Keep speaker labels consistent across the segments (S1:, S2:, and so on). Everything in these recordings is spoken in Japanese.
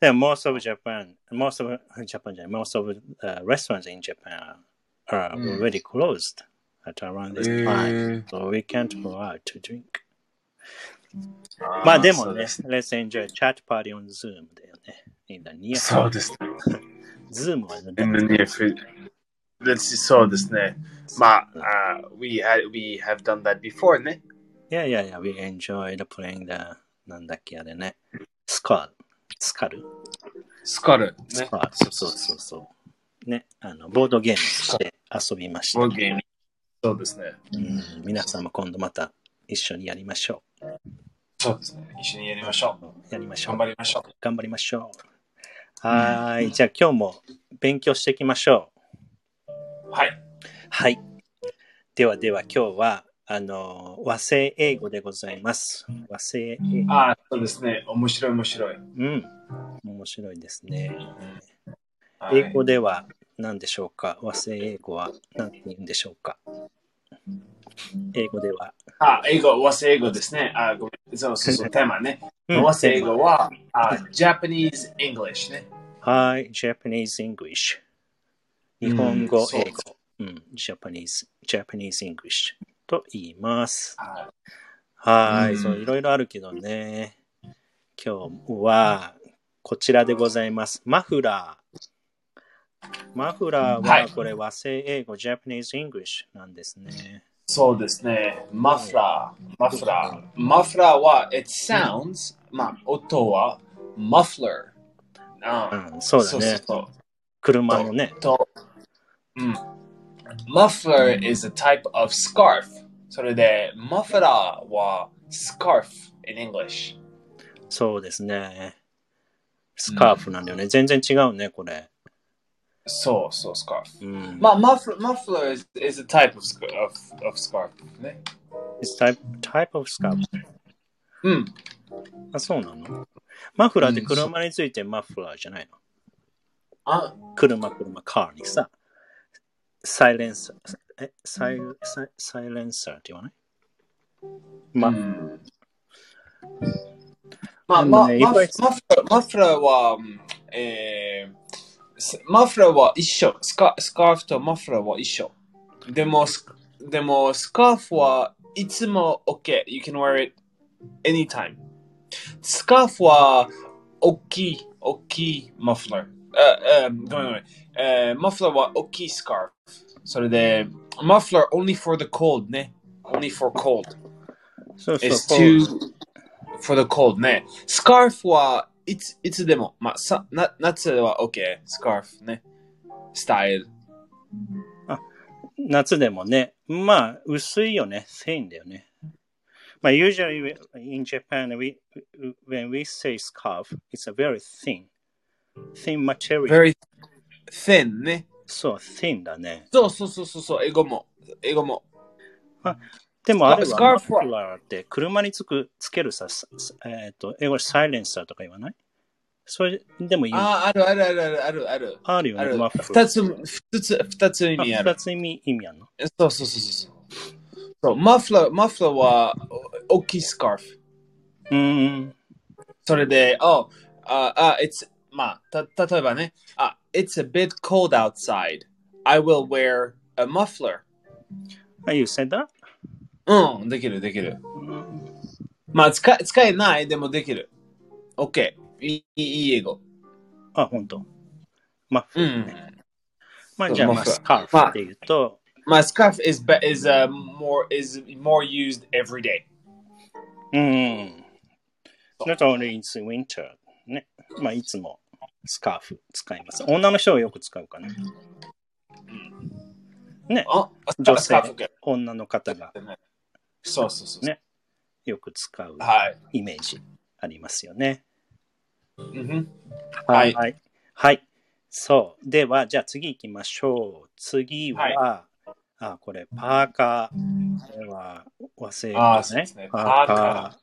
S1: でも most of Japan, most of Japan じゃない、most of、uh, restaurants in Japan are
S2: うん
S1: already closed at around
S2: え
S1: this time.、
S2: ー
S1: so we can't go out to drink.
S2: ー
S1: まあでも
S2: そう
S1: ね
S2: で、す
S1: Let's enjoy chat party on Zoom だよね。いいんだ、ニア。
S2: そうですね。
S1: Zoom はね、
S2: In the near future. Let's see, そうですね。まあ、あ we, had, we have done that before ね。
S1: いやいやいや、we enjoyed playing the, なんだっけあれね、スカル。スカル
S2: スカル。
S1: ス
S2: ね。
S1: カル。そうそうそうそう。ね、あの、ボードゲームして遊びました。
S2: ボードゲーム。そうですね。
S1: うん、皆さんも今度また一緒にやりましょ
S2: そうですね。一緒にやりましょ
S1: う。やりまし
S2: う。
S1: ょう
S2: 頑。張りましょう。
S1: 頑張りましょう。はーい。じゃあ今日も勉強していきましょ
S2: はい。
S1: う。はい。ではでは今日は、あの、和製英語でございます。和製英語。
S2: ああ、そうですね。面白い、面白い。
S1: うん。面白いですね。
S2: はい
S1: 英語では何でしょうか和製英語は何て言うんでしょうか英語では。
S2: あ、英語、和製英語ですね。あ、ごめん。そうそう そう、テーマね。
S1: うん
S2: 和製英語は、あ、Japanese English ね。
S1: はい、Japanese English。日本
S2: う
S1: 語
S2: ん、そう
S1: 英語。うん、Japanese、Japanese English と言います。
S2: あ
S1: は
S2: う
S1: い、
S2: ん
S1: そう、いろいろあるけどね。今日は、こちらでございます。マフラー。マフラー
S2: は
S1: はいこれ和製英語、Japanese English なんですね。
S2: そうですね。マフラー、マフラー。マフラーは、it sounds、まあ、音は、muffler。
S1: う
S2: あ
S1: ん、そうだね。
S2: そう
S1: 車のね。
S2: と、うん。muffler is a type of scarf。それで、マフラーは、scarf in English。
S1: そうですね。スカーフなんだよね。全然違うね、これ。
S2: そうそう、scarf。
S1: うん。
S2: まあ、muffler, muffler is, is a type of, sc- of, of scarf ね。
S1: It's type, type of scarf.
S2: うん。
S1: あ、そうなのマフラーって
S2: うんそう
S1: 車についてマフラーじゃないの、
S2: あ、
S1: 車、車、カーにさ、サイレンサー、え、サイサイサイレンサーって言わないま、
S2: うんまあ、
S1: で
S2: ま
S1: も
S2: あ、
S1: ね
S2: マフ
S1: いっぱい
S2: マフラーマフラーは、うんえースマフラーは一緒。スカスカーフとマフラーは一緒。でも、スでもスカーフはいつも OK。You can wear it anytime. スカーフは大きい、大きいマフラー。え、え、ごめんごめん。えーマフラーは大きいスカーフ。それで、マフラー only for the cold ね。only for cold.
S1: そうそう
S2: It's
S1: こう
S2: too for the cold ね。スカーフはいついつでも、まあ、さな夏は OK、スカーフね。スタイル。
S1: 夏でもね、まあ、薄いよね、thin だよね。まあ、usually we- in Japan, we, when we say scarf, it's a very thin, thin material.
S2: Very thin ね。
S1: そう、thin だね。
S2: そうそうそうそうそう、英語も。英語も。
S1: でもあれ
S2: ス
S1: は
S2: カ
S1: マ
S2: ー
S1: フ
S2: フは
S1: ラーって車につくつけるさ、すすえっ、と、英語でサイレンサーとか言わないそれでも言う。あ
S2: ああ、あるあるあるあるある。
S1: るよ
S2: あ
S1: ね、
S2: る
S1: マフラ
S2: 二
S1: ー。
S2: つ、二つ、二つ意味あ
S1: あ
S2: る
S1: 二。つ意味意味あるの
S2: そうそうそうそうそう。そうマフラー、マフラーはお大きいスカーフ。
S1: うーん。
S2: それで、あ、あ、あ、it's、ま uh, あ、た、例えばね、あ、it's a bit cold outside. I will wear a muffler.
S1: Ah, You said that?
S2: うん、できる、できる。
S1: うん
S2: まあ、使え、使えない、でもできる。OK。いい、いい英語。
S1: あ、本当。マフ
S2: う
S1: ラー
S2: ん
S1: ね。。まあ、じゃあ、まあ、
S2: そうマフ
S1: スカー
S2: ラー
S1: フって言うと、
S2: My scarf is, be- is, uh, more, is more used every day.
S1: うん。Not only in winter. ね。まあ、いつもスカーフ使います。女の人はよく使うかな。ね。
S2: あ、
S1: 女性
S2: スカーフ OK。
S1: 女の方が
S2: そうそうそう。
S1: ねよく使う
S2: はい。
S1: イメージありますよね。
S2: うんふん
S1: は。
S2: はいい
S1: はい。そう。では、じゃあ次行きましょう。次は、あ、これ、パーカー。これは、忘れて
S2: あ
S1: ま
S2: ー
S1: す
S2: そうで
S1: ね
S2: すね。
S1: パー
S2: パー
S1: カ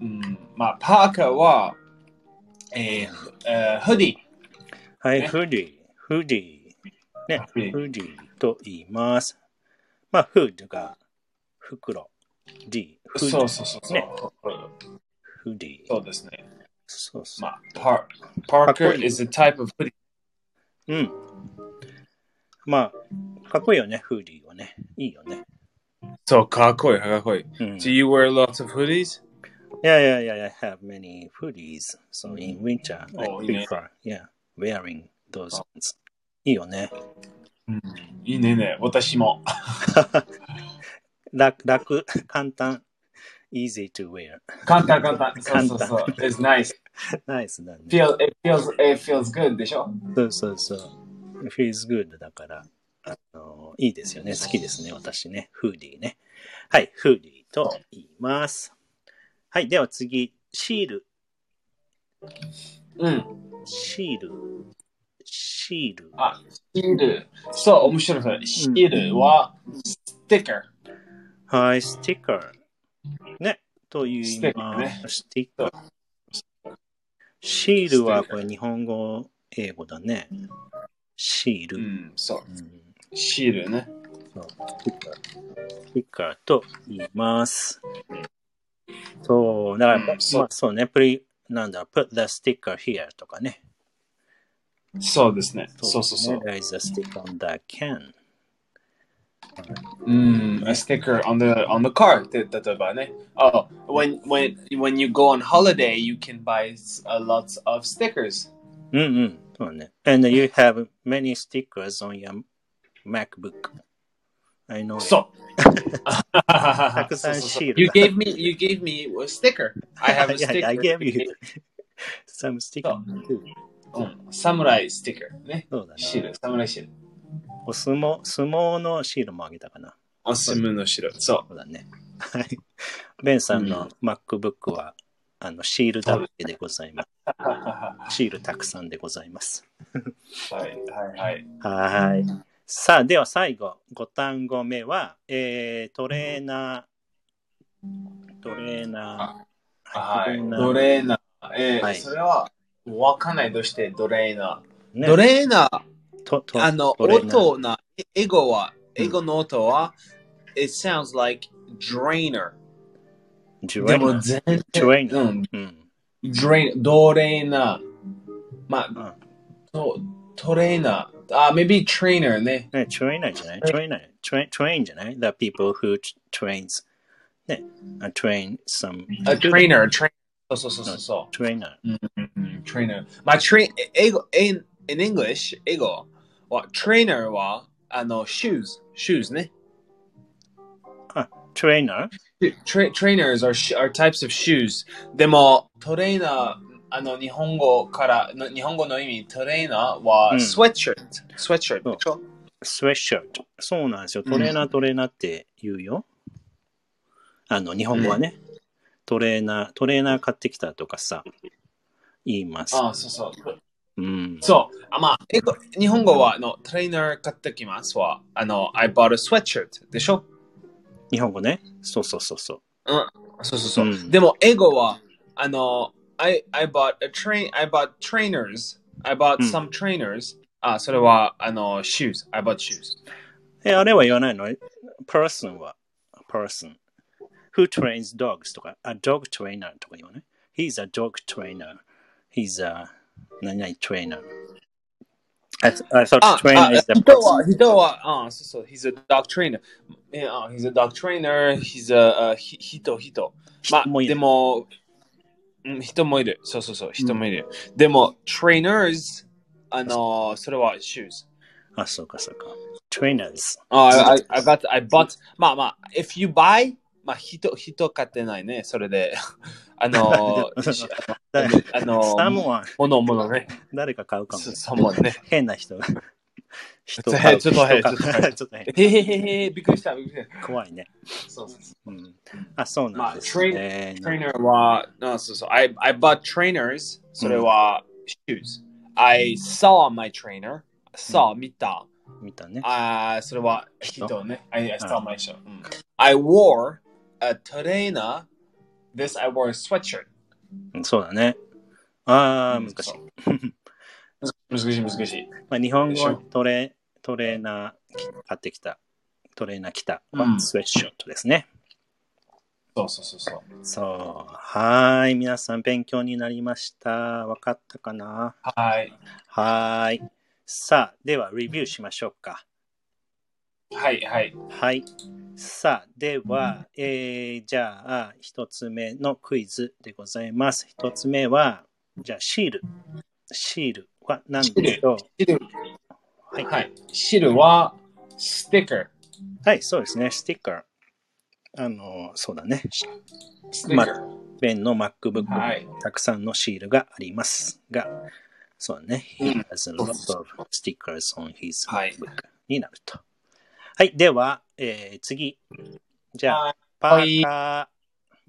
S2: うん、まあ、パーカーは、えーふえー、フディ。
S1: ー。はい、
S2: ね
S1: フーディー。フーディー。ね、フ
S2: フーディー
S1: ーディーと言います。まあ、フードが袋。D。フーディー
S2: そうそうそうそう、
S1: ねフーディー。
S2: そうですね。
S1: そうそう
S2: ま。あ、パーパーカ
S1: かっこい
S2: ー
S1: い
S2: is a type of hoodie.
S1: うん。まあ、かっこいいよね、フーディーはね。いいよね。
S2: そう、かっこいい、かっこいい。
S1: うん、
S2: Do you wear lots of hoodies?
S1: Yeah, yeah, yeah. I have many hoodies. So in winter,
S2: Oh,
S1: I
S2: yeah.
S1: prefer, yeah, wearing those ones. いいよね。
S2: いいねいいね、私も。
S1: 楽、楽、簡単。easy to wear.
S2: 簡単、簡単。そう
S1: 簡単
S2: そうそう。It's nice.
S1: ナイスだね。
S2: Feel, it, feels, it feels good でしょ
S1: そうそうそう。feels good だから、あの、いいですよね。好きですね、私ね。フーディーね。はい、フーディーと言います。はい、では次、シール。
S2: うん。
S1: シール。シール。
S2: あ、シール。そう、面白いそれ。シールは、ステッカー。
S1: はい、スティッカー。ね。という意味
S2: ステッカーね
S1: スティッカー。シールはこれ日本語、英語だね。シー
S2: う
S1: ル。
S2: ん、そ
S1: うん
S2: う。シールね。
S1: そうスティッカースティッカーと言います。そう、だから、
S2: うんそう
S1: まあ、そうね、プリ、なんだ、put the sticker here とかね。
S2: そうですね。そうそうそう。
S1: There is a stick on the can.
S2: うん、a Mm, sticker on the on the car って例えばね。Oh, when when when you go on holiday, you can buy a lot of stickers.
S1: うんうん、そうだね。And you have many stickers on your MacBook. I know. it.
S2: そう。 た
S1: くさんシールが
S2: You gave me you gave me a sticker. I have a
S1: Yeah,
S2: sticker.
S1: I gave you some sticker.
S2: うん。サムライスティッカーね。
S1: そうだ
S2: シー
S1: ね。
S2: ル、サムライシール。
S1: お相撲、相撲のシールもあげたかな。
S2: おすすめのシール。そ
S1: そうだね。はい。ベンさん
S2: う
S1: の MacBook は、あの、シールだらけでございま
S2: う。は
S1: す。シールたくさんでございます。
S2: いはいはい。
S1: はい。さあ、では最後、5単語目は、えー、トレーナー、トレーナー、
S2: は
S1: トレ
S2: い。
S1: ーナー
S2: ドレーナー。えー
S1: はい
S2: それはわかんない。どうしてドレーナー。
S1: ね
S2: ドレーナー。
S1: とと
S2: あの、
S1: トレーナー
S2: 音な、英語は、
S1: うん
S2: 英語の音は、It sounds like drainer.
S1: ジュレ
S2: で
S1: ーナ
S2: も
S1: ー
S2: 全
S1: トレー
S2: 然、
S1: ナー
S2: うん、
S1: うん。
S2: drain、ドレーナー。ま
S1: う
S2: あ
S1: ん、
S2: トトレーナー。あ、maybe Ah, trainer ね。
S1: ね、trainer じゃない
S2: はい
S1: ?trainer。train, train じゃない ?the people who t- trains. ね、あ train some.
S2: A trainer, trainer. そうそうそうそうそ
S1: trainer。
S2: う。うん、trainer。まあ、train、英語、in, in English、英語は、trainer は、あの、shoes、shoes ね。
S1: trainer?
S2: Tra- trainers are, sh- are types of shoes. でも、トレーナー、あの、日本語から、の日本語の意味、トレーナーは、
S1: うん
S2: sweatshirt。
S1: そ
S2: sweatshirt
S1: う
S2: でしょ
S1: sweatshirt。そうなんですよ。トレーナー、トレーナーって言うよ。あの、日本語はね、トレーナー、トレーナー買ってきたとかさ、言います。
S2: あそうそう。
S1: うん。
S2: そう。あ、まあ、英語日本語は、あの、トレーナー買ってきますは、あの、I bought a sweatshirt でしょ
S1: 日本語ね。そうそうそうそう。
S2: そうそうそう。
S1: うん
S2: でも、英語は、あの、I, I bought a train, I bought trainers. I bought
S1: うん
S2: some trainers. あ、それは、あの、shoes. I bought shoes.
S1: え、あれは言わないの ?person は、person。Who trains dogs とか、a dog trainer とか言わない ?He's a dog trainer. He's a 何々 trainer. I, th- I thought
S2: あ、あ
S1: trainer is the
S2: 人は、人は、あ、そうそう、he's a dog trainer. え、あ、he's a dog trainer, he's a, あひ人、人。まあ、
S1: 人もいる
S2: でも、うん人もいる。そうそうそう、人もいる。でも、trainers、あの、それは shoes。
S1: あ、そうかそうか。trainers。
S2: あ、I, I- I got, I bought, まあまあ、if you buy, まあ、人、人買ってないね、それ で。あの、し
S1: だ
S2: あの、
S1: someone、
S2: ものものね。
S1: 誰か買うかも。
S2: そそうもね。
S1: 変な人が。人
S2: ちょっと
S1: 買う
S2: ちょっと変
S1: 人買う
S2: ちょっと変
S1: ちょっと変。
S2: へへへへ、びっくりした、びっくりし
S1: 怖いね。
S2: た。そうそうそう。
S1: うん、あ、そうなんです、
S2: まあ
S1: ね。
S2: Trainer は、あそうそう、I, I bought trainers、それは uh, shoes。 I saw my trainer. saw Uh, 見た。
S1: 見たね。
S2: あーそれは
S1: 人
S2: 人ね。I, I
S1: う
S2: saw
S1: ん
S2: my show. うん、I wore a trainer. This I wore a sweatshirt. Hmm,
S1: うんそうだね。ああ、難しい。
S2: 難しい難しい。
S1: まあ、日本語
S2: でしょ
S1: トレトレーナー買ってきた。トレーナー来た。
S2: う
S1: は
S2: ん
S1: スウェットショットですね。
S2: そうそうそうそう。
S1: そう。はーい。皆さん勉強になりました。わかったかな
S2: はい。
S1: はーい。さあ、ではレビューしましょうか。
S2: はいはい。
S1: はい。さあ、では、えー、じゃあ、一つ目のクイズでございます。一つ目は、じゃあ、シール。シールは何でしょう
S2: 汁
S1: はい
S2: はい。汁はステッカー。
S1: はい、そうですね。スティッカー。あの、そうだね。
S2: ステッカー。
S1: ペンの MacBook
S2: はい
S1: たくさんのシールがありますが、そうだね。
S2: うん
S1: He has a lot of stickers on his
S2: はい
S1: MacBook になると。はい、では、えー次。じゃあ、
S2: はい
S1: パーカ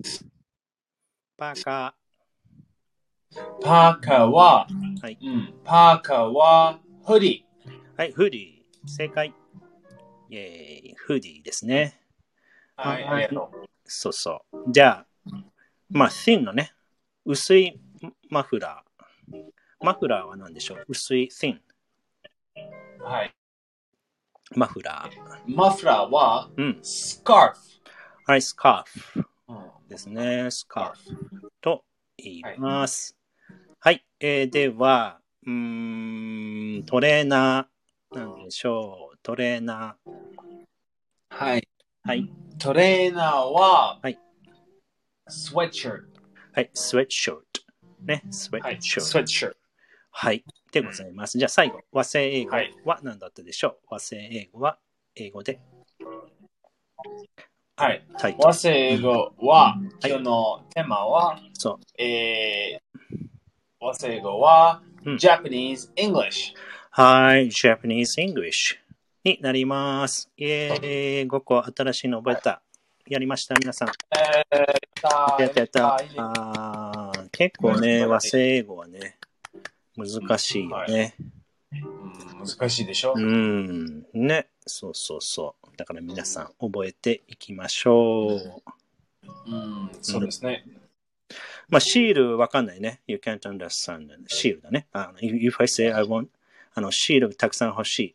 S1: ー。パーカ
S2: パーカーは、
S1: はい
S2: うん、パーカーは、ホリ
S1: ー。はい、フーディー。正解。イェーイ、フーディーですね。
S2: ー。はい、
S1: はい
S2: ありがとう。
S1: そうそう。じゃあ、まあ、thin のね、薄いマフラー。マフラーは何でしょう薄い thin。
S2: はい。
S1: マフラー。
S2: マフラーは、
S1: うん。
S2: スカ
S1: はい、スカーフ。
S2: ーフ。うん
S1: ですね。スカーフと言います。はい、えーでは、うーん、トレーナー、なんでしょう。トレーナ
S2: はい。
S1: ー。はい。
S2: トレーナーは、
S1: はい
S2: スウェッシャー。
S1: はい。スウェットショート。ね。スウェ
S2: は
S1: ッ
S2: い
S1: ト、シ
S2: ス
S1: ョート。
S2: ウェッシャー。
S1: はい。でございます。じゃあ最後、和製英語
S2: はい
S1: は何だったでしょう、和製英語は英語で
S2: はい。
S1: タイトル。
S2: 和製英語は、
S1: はい
S2: 今日のテーマは、
S1: そう。
S2: えー、和製英語は、
S1: うん
S2: Japanese English。
S1: はい。Japanese English になります。イェーイ。5個新しいの覚えた。やりました、皆さん。
S2: えー、
S1: やったやった
S2: いいね。
S1: あー結構ね、和製英語はね、難しいよね。
S2: うん難しいでしょ
S1: う。ん。ね。そうそうそう。だから皆さん覚えていきましょう。
S2: うん、そうですね。
S1: まあ、シールわかんないね。You can't understand. シールだね。あの、if I say I want, あの、シールたくさん欲しい。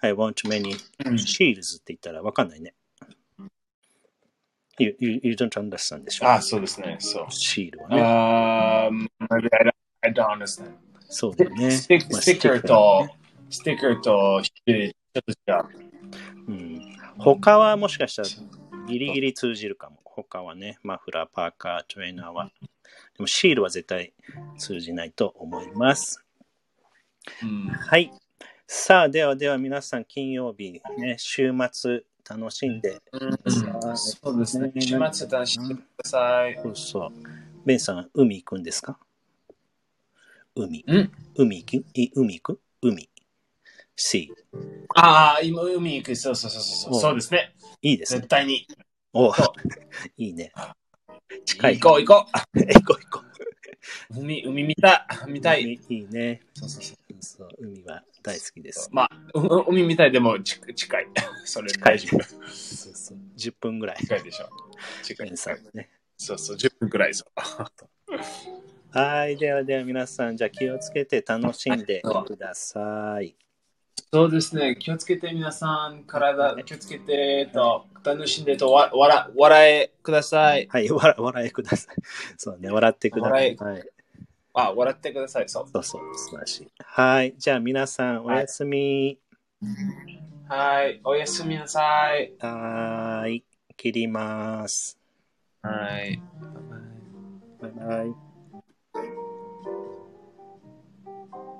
S1: I want many
S2: うん
S1: shields って言ったらわかんないね。You, you, you don't understand でしょ。
S2: あ、そうですね。そう。
S1: シールはね。
S2: Um, maybe I don't, I don't understand.
S1: そうだよね。
S2: ステ
S1: まあ
S2: ステッカーと、ステッカーと、ちょっと違う。
S1: うん他はもしかしたらギリギリ通じるかも。他はね、マフラー、パーカー、トレーナーは。でもシールは絶対通じないと思います。
S2: うん、
S1: はい。さあ、ではでは皆さん、金曜日、ね、週末楽しんで、
S2: うんそうですね。週末出してください。
S1: そうそう。ベンさん、海行くんですか海。
S2: うん
S1: 海行くい海行く海。sea。
S2: ああ、今、海行く。そうそうそうそう。
S1: お
S2: そうですね。
S1: いいですね。
S2: 絶対に。
S1: お う
S2: そう
S1: いいね。 近い
S2: 行こう行こ
S1: 行こう行こ
S2: う。海、海見たい。見
S1: う。
S2: たい。
S1: 海いいね。
S2: そうそうそう。
S1: そう、海は大好きです。
S2: まあ、う海見たいでも、ち近い。 それ大丈夫。
S1: そうそう。10分ぐらい。
S2: 近いでしょ。近
S1: ベ
S2: い
S1: ン。さんね。
S2: そうそう、10分くらいそう。
S1: はい。ではでは皆さん、じゃあ気をつけて楽しんでください。
S2: そうですね、気をつけて皆さん、体気をつけてと、楽しんでと、わ笑笑えください。
S1: はい。笑笑いください。 そうね。笑ってください。はい。
S2: あ、笑ってください。そう。
S1: そうそう。素晴らしい。はい。じゃあ皆さん、おやすみ。
S2: はい、おやすみなさい。
S1: はーい。切ります。
S2: はい。
S1: バイバイ。